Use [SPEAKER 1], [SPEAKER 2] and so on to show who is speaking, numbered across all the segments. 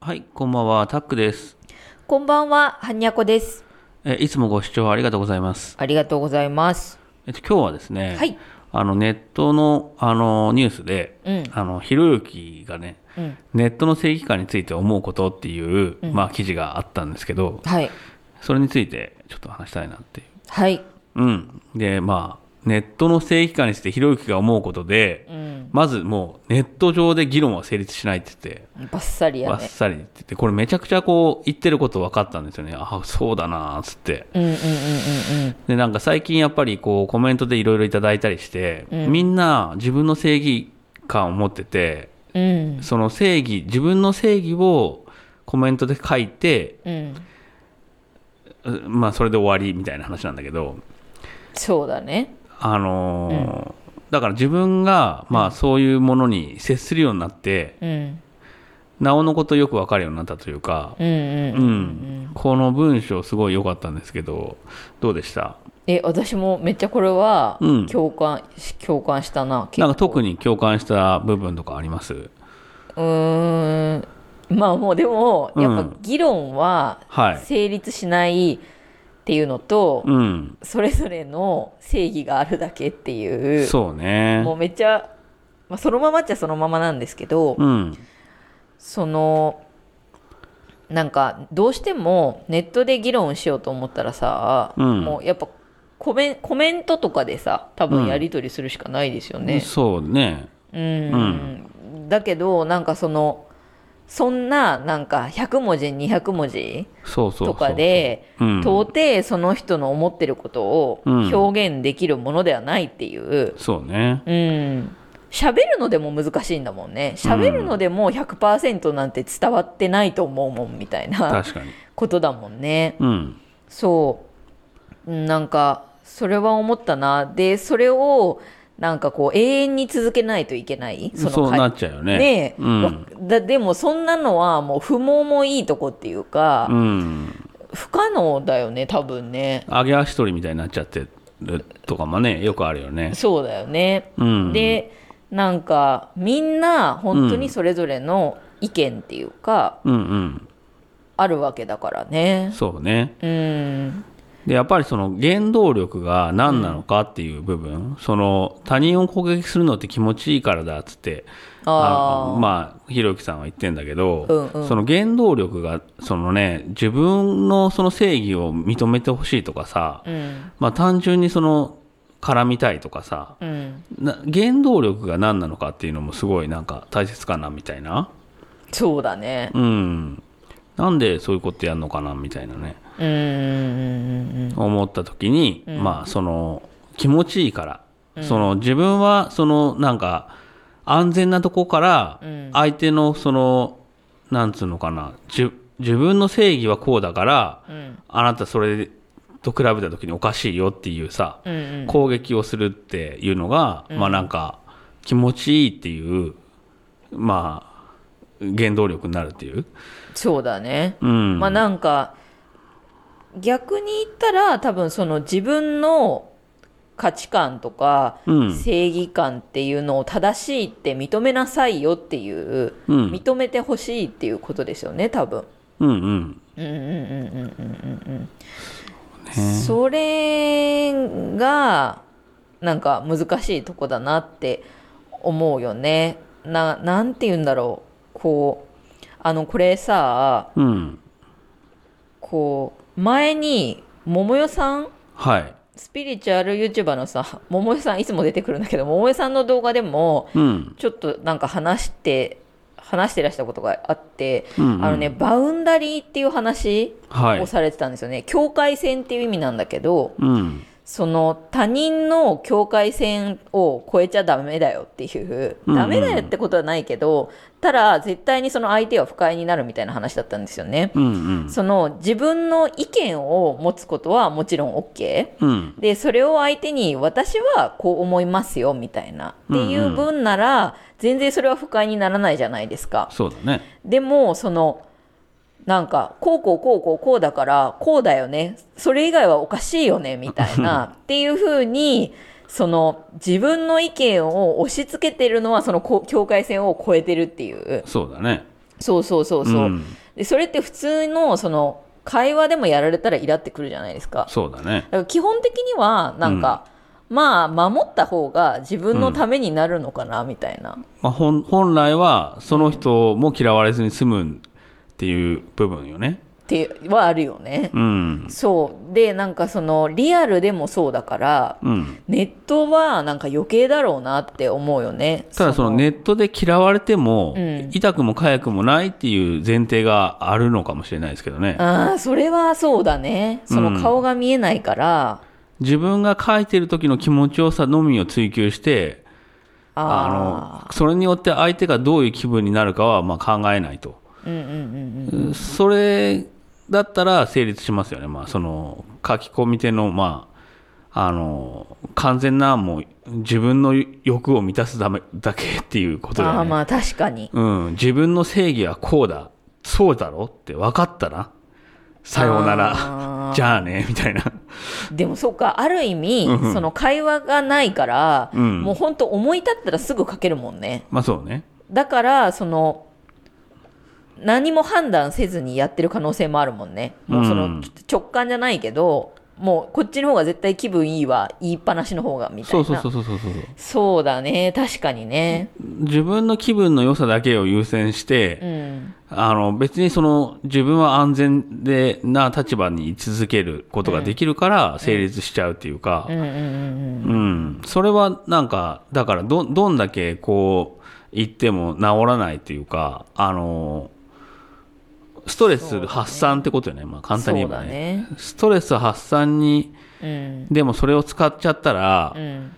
[SPEAKER 1] はい、こんばんは、タックです。
[SPEAKER 2] こんばんは、はにゃこです。
[SPEAKER 1] え、いつもご視聴ありがとうございます。
[SPEAKER 2] ありがとうございます。
[SPEAKER 1] えっと、今日はですね、
[SPEAKER 2] はい
[SPEAKER 1] あの、ネットの、あの、ニュースで、
[SPEAKER 2] うん
[SPEAKER 1] あの、ひろゆきがね、
[SPEAKER 2] うん
[SPEAKER 1] ネットの正義感について思うことっていう、まあ、記事があったんですけど、
[SPEAKER 2] はい。
[SPEAKER 1] それについてちょっと話したいなっていう。
[SPEAKER 2] はい。
[SPEAKER 1] うん。で、まあ、ネットの正義感についてひろゆきが思うことで、まずもう、ネット上で議論は成立しないって言って、
[SPEAKER 2] バッサリや
[SPEAKER 1] ばっ
[SPEAKER 2] ね。
[SPEAKER 1] さり言ってて、これめちゃくちゃこう、言ってること分かったんですよね。あ、そうだなーっつって。
[SPEAKER 2] うんうんうん
[SPEAKER 1] でなんか最近やっぱりこうコメントでいろいろいただいたりして、みんな自分の正義感を持ってて
[SPEAKER 2] うんうん。
[SPEAKER 1] その正義自分の正義をコメントで書いて
[SPEAKER 2] うん。うん。
[SPEAKER 1] うまあそれで終わりみたいな話なんだけど
[SPEAKER 2] そうだね。
[SPEAKER 1] あのーだから自分がまあそういうものに接するようになって
[SPEAKER 2] うん。
[SPEAKER 1] なおのことよくわかるようになったというか、
[SPEAKER 2] うんうん。
[SPEAKER 1] うんこの文章すごい良かったんですけどどうでした
[SPEAKER 2] え、私もめっちゃこれは
[SPEAKER 1] うん
[SPEAKER 2] 共感、共感したな。結構
[SPEAKER 1] なんか特に共感した部分とかあります
[SPEAKER 2] うーん。まあもうでも、
[SPEAKER 1] うん
[SPEAKER 2] やっぱ議論は
[SPEAKER 1] はい
[SPEAKER 2] 成立しないっていうのと、
[SPEAKER 1] うん
[SPEAKER 2] それぞれの正義があるだけっていう。
[SPEAKER 1] そうね
[SPEAKER 2] もうめっちゃ、まあ、そのままっちゃそのままなんですけど、
[SPEAKER 1] うん。
[SPEAKER 2] そのなんかどうしてもネットで議論しようと思ったらさ、
[SPEAKER 1] うん
[SPEAKER 2] もうやっぱコメンコメントとかでさ多
[SPEAKER 1] うん
[SPEAKER 2] 分やり取りするしかないですよね。
[SPEAKER 1] そうね。
[SPEAKER 2] うんだけどなんかそのそんななんか100文字200文字
[SPEAKER 1] そうそうそう。
[SPEAKER 2] とかで
[SPEAKER 1] うん、
[SPEAKER 2] 到底その人の思ってることを
[SPEAKER 1] うん
[SPEAKER 2] 表現できるものではないっていう
[SPEAKER 1] そうね。
[SPEAKER 2] うん喋るのでも難しいんだもんね喋るのでも100%なんて伝わってないと思うもんみたいな
[SPEAKER 1] 確かに。
[SPEAKER 2] ことだもんね
[SPEAKER 1] うん。
[SPEAKER 2] そううんなんかそれは思ったなでそれをなんかこう永遠に続けないといけない
[SPEAKER 1] そ
[SPEAKER 2] の
[SPEAKER 1] う
[SPEAKER 2] か
[SPEAKER 1] なっちゃうよね。
[SPEAKER 2] ねえ
[SPEAKER 1] うん
[SPEAKER 2] わだでもそんなのはもう不毛もいいとこっていうか、
[SPEAKER 1] うん。
[SPEAKER 2] 不可能だよね多分ね
[SPEAKER 1] 揚げ足取りみたいになっちゃってるとかもね、よくあるよね。
[SPEAKER 2] そうだよね
[SPEAKER 1] うん。、
[SPEAKER 2] でなんかみんな本当にそれぞれの意見っていうか、
[SPEAKER 1] うんうん。
[SPEAKER 2] あるわけだからね
[SPEAKER 1] そうね。
[SPEAKER 2] うん
[SPEAKER 1] で、やっぱりその原動力が何なのかっていう部分、その他人を攻撃するのって気持ちいいからだっつって、
[SPEAKER 2] あ
[SPEAKER 1] あ
[SPEAKER 2] あ、
[SPEAKER 1] のまあひろゆきさんは言ってんだけど、
[SPEAKER 2] うんうん
[SPEAKER 1] その原動力がそのね自分のその正義を認めてほしいとかさ、
[SPEAKER 2] うん
[SPEAKER 1] まあ単純にその絡みたいとかさ
[SPEAKER 2] うん
[SPEAKER 1] な原動力が何なのかっていうのもすごいなんか大切かなみたいな
[SPEAKER 2] そうだね
[SPEAKER 1] うんなんでそういうことやるのかなみたいなね、
[SPEAKER 2] うんうん
[SPEAKER 1] 思った時に、まあその気持ちいいから、その自分はそのなんか安全なとこから相手のその、なんつうのかなじゅ自分の正義はこうだから、あなたそれと比べた時におかしいよっていうさ、
[SPEAKER 2] うんうん
[SPEAKER 1] 攻撃をするっていうのが、まあなんか気持ちいいっていうまあ原動力になるっていう、
[SPEAKER 2] そうだね、
[SPEAKER 1] うん、
[SPEAKER 2] まあなんか逆に言ったら多分その自分の価値観とか
[SPEAKER 1] うん
[SPEAKER 2] 正義感っていうのを正しいって認めなさいよっていう、
[SPEAKER 1] うん
[SPEAKER 2] 認めてほしいっていうことですよね多分
[SPEAKER 1] うんうん
[SPEAKER 2] うんうんうんうんうんうんうんそれがなんか難しいとこだなって思うよねななんて言うんだろうこうあのこれさ
[SPEAKER 1] うん
[SPEAKER 2] こう前に桃代さん
[SPEAKER 1] はい
[SPEAKER 2] スピリチュアル YouTuber のさ桃代さんいつも出てくるんだけど桃代さんの動画でも
[SPEAKER 1] うん
[SPEAKER 2] ちょっとなんか話して話してらしたことがあって、
[SPEAKER 1] うんうん
[SPEAKER 2] あのねバウンダリーっていう話
[SPEAKER 1] はい
[SPEAKER 2] をされてたんですよね、境界線っていう意味なんだけど
[SPEAKER 1] うん
[SPEAKER 2] その他人の境界線を越えちゃダメだよっていう、
[SPEAKER 1] うんうん
[SPEAKER 2] ダメだよってことはないけどただ絶対にその相手は不快になるみたいな話だったんですよね、
[SPEAKER 1] うんうん
[SPEAKER 2] その自分の意見を持つことはもちろん OK
[SPEAKER 1] うん
[SPEAKER 2] でそれを相手に私はこう思いますよみたいなっていう分なら、全然それは不快にならないじゃないですか
[SPEAKER 1] そうだね
[SPEAKER 2] でもそのなんかこうこうこうこうこうだからこうだよねそれ以外はおかしいよねみたい なっていうふうにその自分の意見を押し付けてるのはそのこ境界線を越えてるっていう
[SPEAKER 1] そうだね
[SPEAKER 2] そうそうそうそう、
[SPEAKER 1] ん
[SPEAKER 2] でそれって普通のその会話でもやられたらイラってくるじゃないですか
[SPEAKER 1] そうだね
[SPEAKER 2] だから基本的にはなんか、まあ守った方が自分のためになるのかなみたいな、
[SPEAKER 1] まあ、本本来はその人も嫌われずに済むっていう部分よね。
[SPEAKER 2] ってはあるよね、
[SPEAKER 1] うん。
[SPEAKER 2] そうでなんかそのリアルでもそうだから
[SPEAKER 1] うん。
[SPEAKER 2] ネットはなんか余計だろうなって思うよね
[SPEAKER 1] ただそのネットで嫌われても、
[SPEAKER 2] うん
[SPEAKER 1] 痛くも痒くもないっていう前提があるのかもしれないですけどね。
[SPEAKER 2] ああそれはそうだねその顔が見えないから、
[SPEAKER 1] 自分が書いてる時の気持ちよさのみを追求して、
[SPEAKER 2] あ
[SPEAKER 1] あの、それによって相手がどういう気分になるかはまあ考えないと。
[SPEAKER 2] あうんうんうんうん
[SPEAKER 1] それだったら成立しますよね。まあ、その、書き込み手の、まあ、あの、完全な、もう、自分の欲を満たすためだけっていうことだ
[SPEAKER 2] あ
[SPEAKER 1] よ
[SPEAKER 2] あ
[SPEAKER 1] ね。
[SPEAKER 2] まあ確かに
[SPEAKER 1] うん。自分の正義はこうだ。そうだろって分かったな。さような
[SPEAKER 2] あ
[SPEAKER 1] ら。じゃあね、みたいな。
[SPEAKER 2] でもそうかある意味、その会話がないから、
[SPEAKER 1] うん
[SPEAKER 2] もう本当思い立ったらすぐ書けるもんね
[SPEAKER 1] まあそうね。
[SPEAKER 2] だからその何も判断せずにやってる可能性もあるもんねもうその、
[SPEAKER 1] うん
[SPEAKER 2] ち直感じゃないけどもうこっちの方が絶対気分いいわ言いっぱなしの方がみたい
[SPEAKER 1] そう
[SPEAKER 2] な
[SPEAKER 1] そうそうそうそうそう。
[SPEAKER 2] そうだね確かにね
[SPEAKER 1] 自分の気分の良さだけを優先して、
[SPEAKER 2] うん
[SPEAKER 1] あの、別にその、自分は安全でな立場に居続けることができるから成立しちゃうっていうか
[SPEAKER 2] う、んうんうん
[SPEAKER 1] うん、それはなんか、だからど、どんだけこう、言っても治らないっていうか、あの、ストレス発散ってことよね。まあ
[SPEAKER 2] うん
[SPEAKER 1] 簡単に
[SPEAKER 2] そう
[SPEAKER 1] 言えば
[SPEAKER 2] だ
[SPEAKER 1] ね。
[SPEAKER 2] ね
[SPEAKER 1] ストレス発散に、
[SPEAKER 2] うん
[SPEAKER 1] でもそれを使っちゃったら、
[SPEAKER 2] うん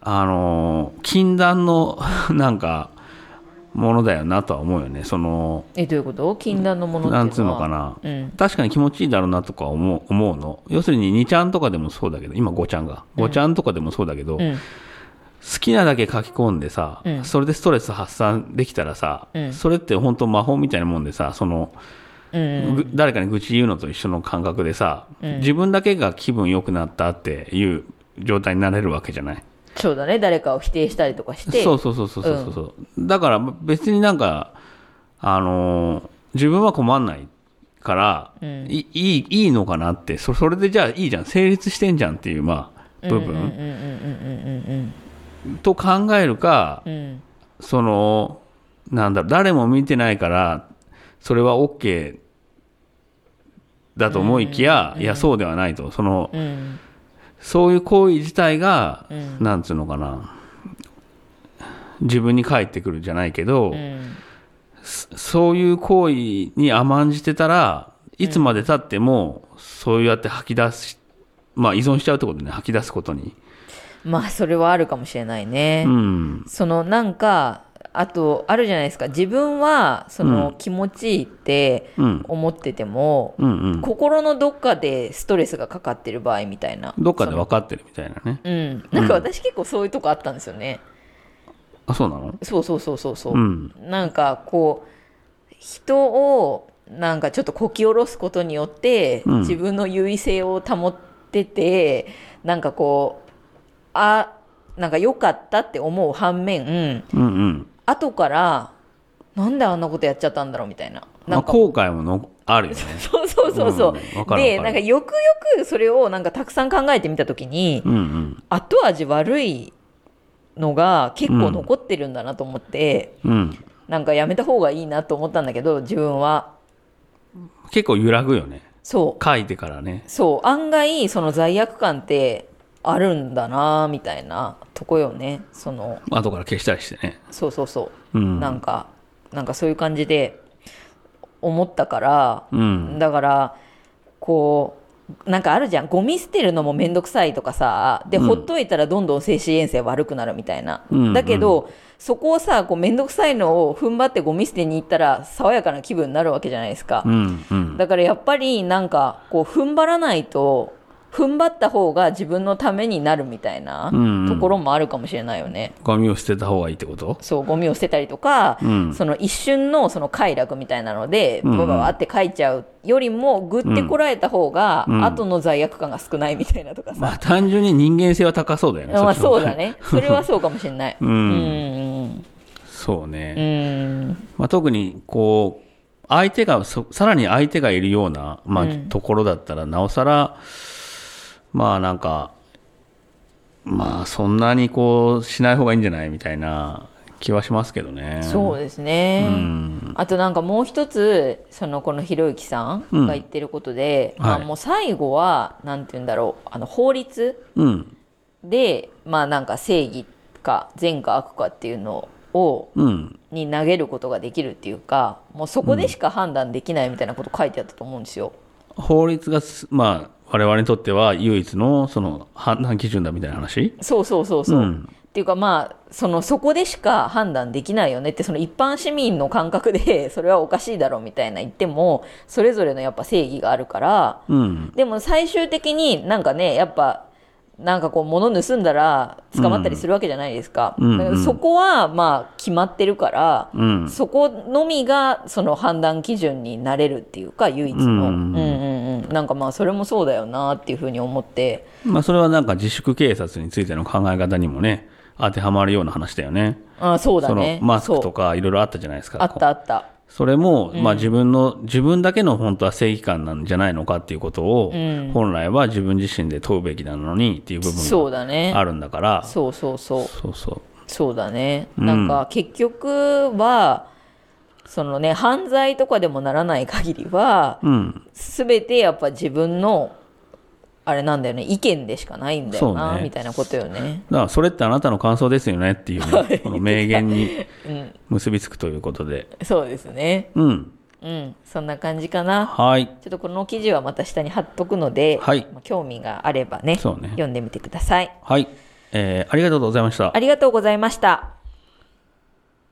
[SPEAKER 1] あの、禁断の、なんか、ものだよなとは思うよね。その、
[SPEAKER 2] えどういうこと禁断のものっていうの
[SPEAKER 1] な
[SPEAKER 2] は
[SPEAKER 1] んつうのかな。
[SPEAKER 2] うん
[SPEAKER 1] 確かに気持ちいいだろうなとか思う思うの。要するに2ちゃんとかでもそうだけど、今5ちゃんが。5ちゃんとかでもそうだけど、
[SPEAKER 2] う
[SPEAKER 1] 好
[SPEAKER 2] ん
[SPEAKER 1] きなだけ書き込んでさ、
[SPEAKER 2] うん
[SPEAKER 1] それでストレス発散できたらさ、
[SPEAKER 2] うん
[SPEAKER 1] それって本当魔法みたいなもんでさ、その、
[SPEAKER 2] うん
[SPEAKER 1] ぐ誰かに愚痴言うのと一緒の感覚でさ、自分だけが気分良くなったっていう状態になれるわけじゃない。
[SPEAKER 2] そうだね誰かを否定したりとかして
[SPEAKER 1] そうそうそうそうそうそう、だから別になんか、あのー自分は困んないから、いいいいいのかなってそそれでじゃあいいじゃん成立してんじゃんっていうまあ部分、と考えるか、
[SPEAKER 2] ん
[SPEAKER 1] そのなんだろう誰も見てないからそれは OK だと思いきや、いやそうではないとその、
[SPEAKER 2] うん
[SPEAKER 1] そういう行為自体が、なんつうのかな、自分に返ってくるじゃないけど、
[SPEAKER 2] うん
[SPEAKER 1] そういう行為に甘んじてたら、いつまで経っても、そうやって吐き出す、まあ依存しちゃうってことね、吐き出すことに。
[SPEAKER 2] まあそれはあるかもしれないね、
[SPEAKER 1] うん。
[SPEAKER 2] そのなんかあとあるじゃないですか自分はその気持ちいいって
[SPEAKER 1] うん。
[SPEAKER 2] 思ってても、
[SPEAKER 1] うんうん。
[SPEAKER 2] 心のどっかでストレスがかかってる場合みたいな
[SPEAKER 1] どっかで分かってるみたいなね。
[SPEAKER 2] うんなんか私結構そういうとこあったんですよね、
[SPEAKER 1] あ、そうなの
[SPEAKER 2] そうそうそうそうそう、
[SPEAKER 1] うん。
[SPEAKER 2] なんかこう人をなんかちょっとこき下ろすことによって、
[SPEAKER 1] うん
[SPEAKER 2] 自分の優位性を保っててなんかこうあなんか良かったって思う反面
[SPEAKER 1] うんうん。
[SPEAKER 2] 後からなんであんなことやっちゃったんだろうみたいな
[SPEAKER 1] ま
[SPEAKER 2] な
[SPEAKER 1] あ、
[SPEAKER 2] んか、
[SPEAKER 1] 後悔ものあるよね。
[SPEAKER 2] そうそうそうそう、
[SPEAKER 1] うんわかる
[SPEAKER 2] で
[SPEAKER 1] わ
[SPEAKER 2] な
[SPEAKER 1] かる
[SPEAKER 2] んかよくよくそれをなんかたくさん考えてみた時に、
[SPEAKER 1] うんうん。
[SPEAKER 2] 後味悪いのが結構残ってるんだなと思って。
[SPEAKER 1] うん。
[SPEAKER 2] なんかやめた方がいいなと思ったんだけど自分は
[SPEAKER 1] 結構揺らぐよね。
[SPEAKER 2] そ
[SPEAKER 1] 書いてからね
[SPEAKER 2] う。そう案外その罪悪感ってあるんだなみたいなとこよねその
[SPEAKER 1] 後から消したりしてね。
[SPEAKER 2] そうそうそうう、
[SPEAKER 1] ん。
[SPEAKER 2] なんかなんかそういう感じで思ったから、
[SPEAKER 1] うん。
[SPEAKER 2] だからこうなんかあるじゃんゴミ捨てるのも面倒くさいとかさで、
[SPEAKER 1] うん
[SPEAKER 2] ほっといたらどんどん精神衛生悪くなるみたいな、
[SPEAKER 1] うん
[SPEAKER 2] だけどそこをさこう面倒くさいのを踏ん張ってゴミ捨てに行ったら爽やかな気分になるわけじゃないですか、
[SPEAKER 1] うんうん。
[SPEAKER 2] だからやっぱりなんかこう踏ん張らないと踏ん張った方が自分のためになるみたいな
[SPEAKER 1] うんうん
[SPEAKER 2] ところもあるかもしれないよね。
[SPEAKER 1] ゴミを捨てた方がいいってこと
[SPEAKER 2] そうゴミを捨てたりとか、
[SPEAKER 1] うん
[SPEAKER 2] その一瞬のその快楽みたいなので
[SPEAKER 1] うんうん
[SPEAKER 2] バババって書いちゃうよりもグってこらえた方が
[SPEAKER 1] うん
[SPEAKER 2] 後の罪悪感が少ないみたいなとかさ、
[SPEAKER 1] まあ単純に人間性は高そうだよね。
[SPEAKER 2] まあ
[SPEAKER 1] っちの 方
[SPEAKER 2] そう
[SPEAKER 1] が
[SPEAKER 2] だ。ねそれはそうかもしれない。
[SPEAKER 1] う。
[SPEAKER 2] うんん
[SPEAKER 1] そうね。
[SPEAKER 2] うん
[SPEAKER 1] まあ、特にこう相手がそさらに相手がいるような、まあ、ところだったらなおさら、まあなんかまあそんなにこうしない方がいいんじゃないみたいな気はしますけどね。
[SPEAKER 2] そうですね、
[SPEAKER 1] うん
[SPEAKER 2] あとなんかもう一つそのこのひろゆきさんが言ってることで、
[SPEAKER 1] うんはい
[SPEAKER 2] まあもう最後はなんて言うんだろうあの法律
[SPEAKER 1] うん
[SPEAKER 2] でまあなんか正義か善か悪かっていうのを
[SPEAKER 1] うん
[SPEAKER 2] に投げることができるっていうかもうそこでしか判断できないみたいなこと書いてあったと思うんですよ。
[SPEAKER 1] 法律がす、まあ、我々にとっては唯一のその判断基準だみたいな話
[SPEAKER 2] そうそうそうそう、
[SPEAKER 1] うん
[SPEAKER 2] っていうかまあそのそこでしか判断できないよねってその一般市民の感覚でそれはおかしいだろうみたいな言ってもそれぞれのやっぱ正義があるから
[SPEAKER 1] うん
[SPEAKER 2] でも最終的になんかねやっぱなんかこう物盗んだら捕まったりするわけじゃないですか,、
[SPEAKER 1] うんうん
[SPEAKER 2] だからそこはまあ決まってるから、
[SPEAKER 1] うん
[SPEAKER 2] そこのみがその判断基準になれるっていうか唯一の、
[SPEAKER 1] う
[SPEAKER 2] うんんうんうん、なんかまあそれもそうだよなっていうふうに思って
[SPEAKER 1] まあ、それはなんか自粛警察についての考え方にもね当てはまるような話だよね
[SPEAKER 2] あそうだね
[SPEAKER 1] のマスク
[SPEAKER 2] そ
[SPEAKER 1] と
[SPEAKER 2] う
[SPEAKER 1] かいろいろあったじゃないですか
[SPEAKER 2] あったあった
[SPEAKER 1] それも、まあ自分の、自分だけの本当は正義感なんじゃないのかっていうことを、
[SPEAKER 2] うん
[SPEAKER 1] 本来は自分自身で問うべきなのにっていう部
[SPEAKER 2] そう
[SPEAKER 1] 分
[SPEAKER 2] だ
[SPEAKER 1] があ
[SPEAKER 2] ね
[SPEAKER 1] るんだから、
[SPEAKER 2] そうそうそう
[SPEAKER 1] そうそう。
[SPEAKER 2] そうだね、
[SPEAKER 1] うん
[SPEAKER 2] なんか結局はそのね犯罪とかでもならない限りは
[SPEAKER 1] うん。
[SPEAKER 2] 全てやっぱ自分のあれなんだよね意見でしかないんだよ
[SPEAKER 1] そ
[SPEAKER 2] な、
[SPEAKER 1] うね
[SPEAKER 2] みたいなことよ ね
[SPEAKER 1] だからそれってあなたの感想ですよねってい う、ね、この名言に
[SPEAKER 2] うん
[SPEAKER 1] 結びつくということで。
[SPEAKER 2] そうですね
[SPEAKER 1] うん。
[SPEAKER 2] うんそんな感じかな
[SPEAKER 1] はい。
[SPEAKER 2] ちょっとこの記事はまた下に貼っとくので、
[SPEAKER 1] はい
[SPEAKER 2] まあ興味があればね
[SPEAKER 1] そうね
[SPEAKER 2] 読んでみてください
[SPEAKER 1] はい。えー、ありがとうございました。
[SPEAKER 2] ありがとうございました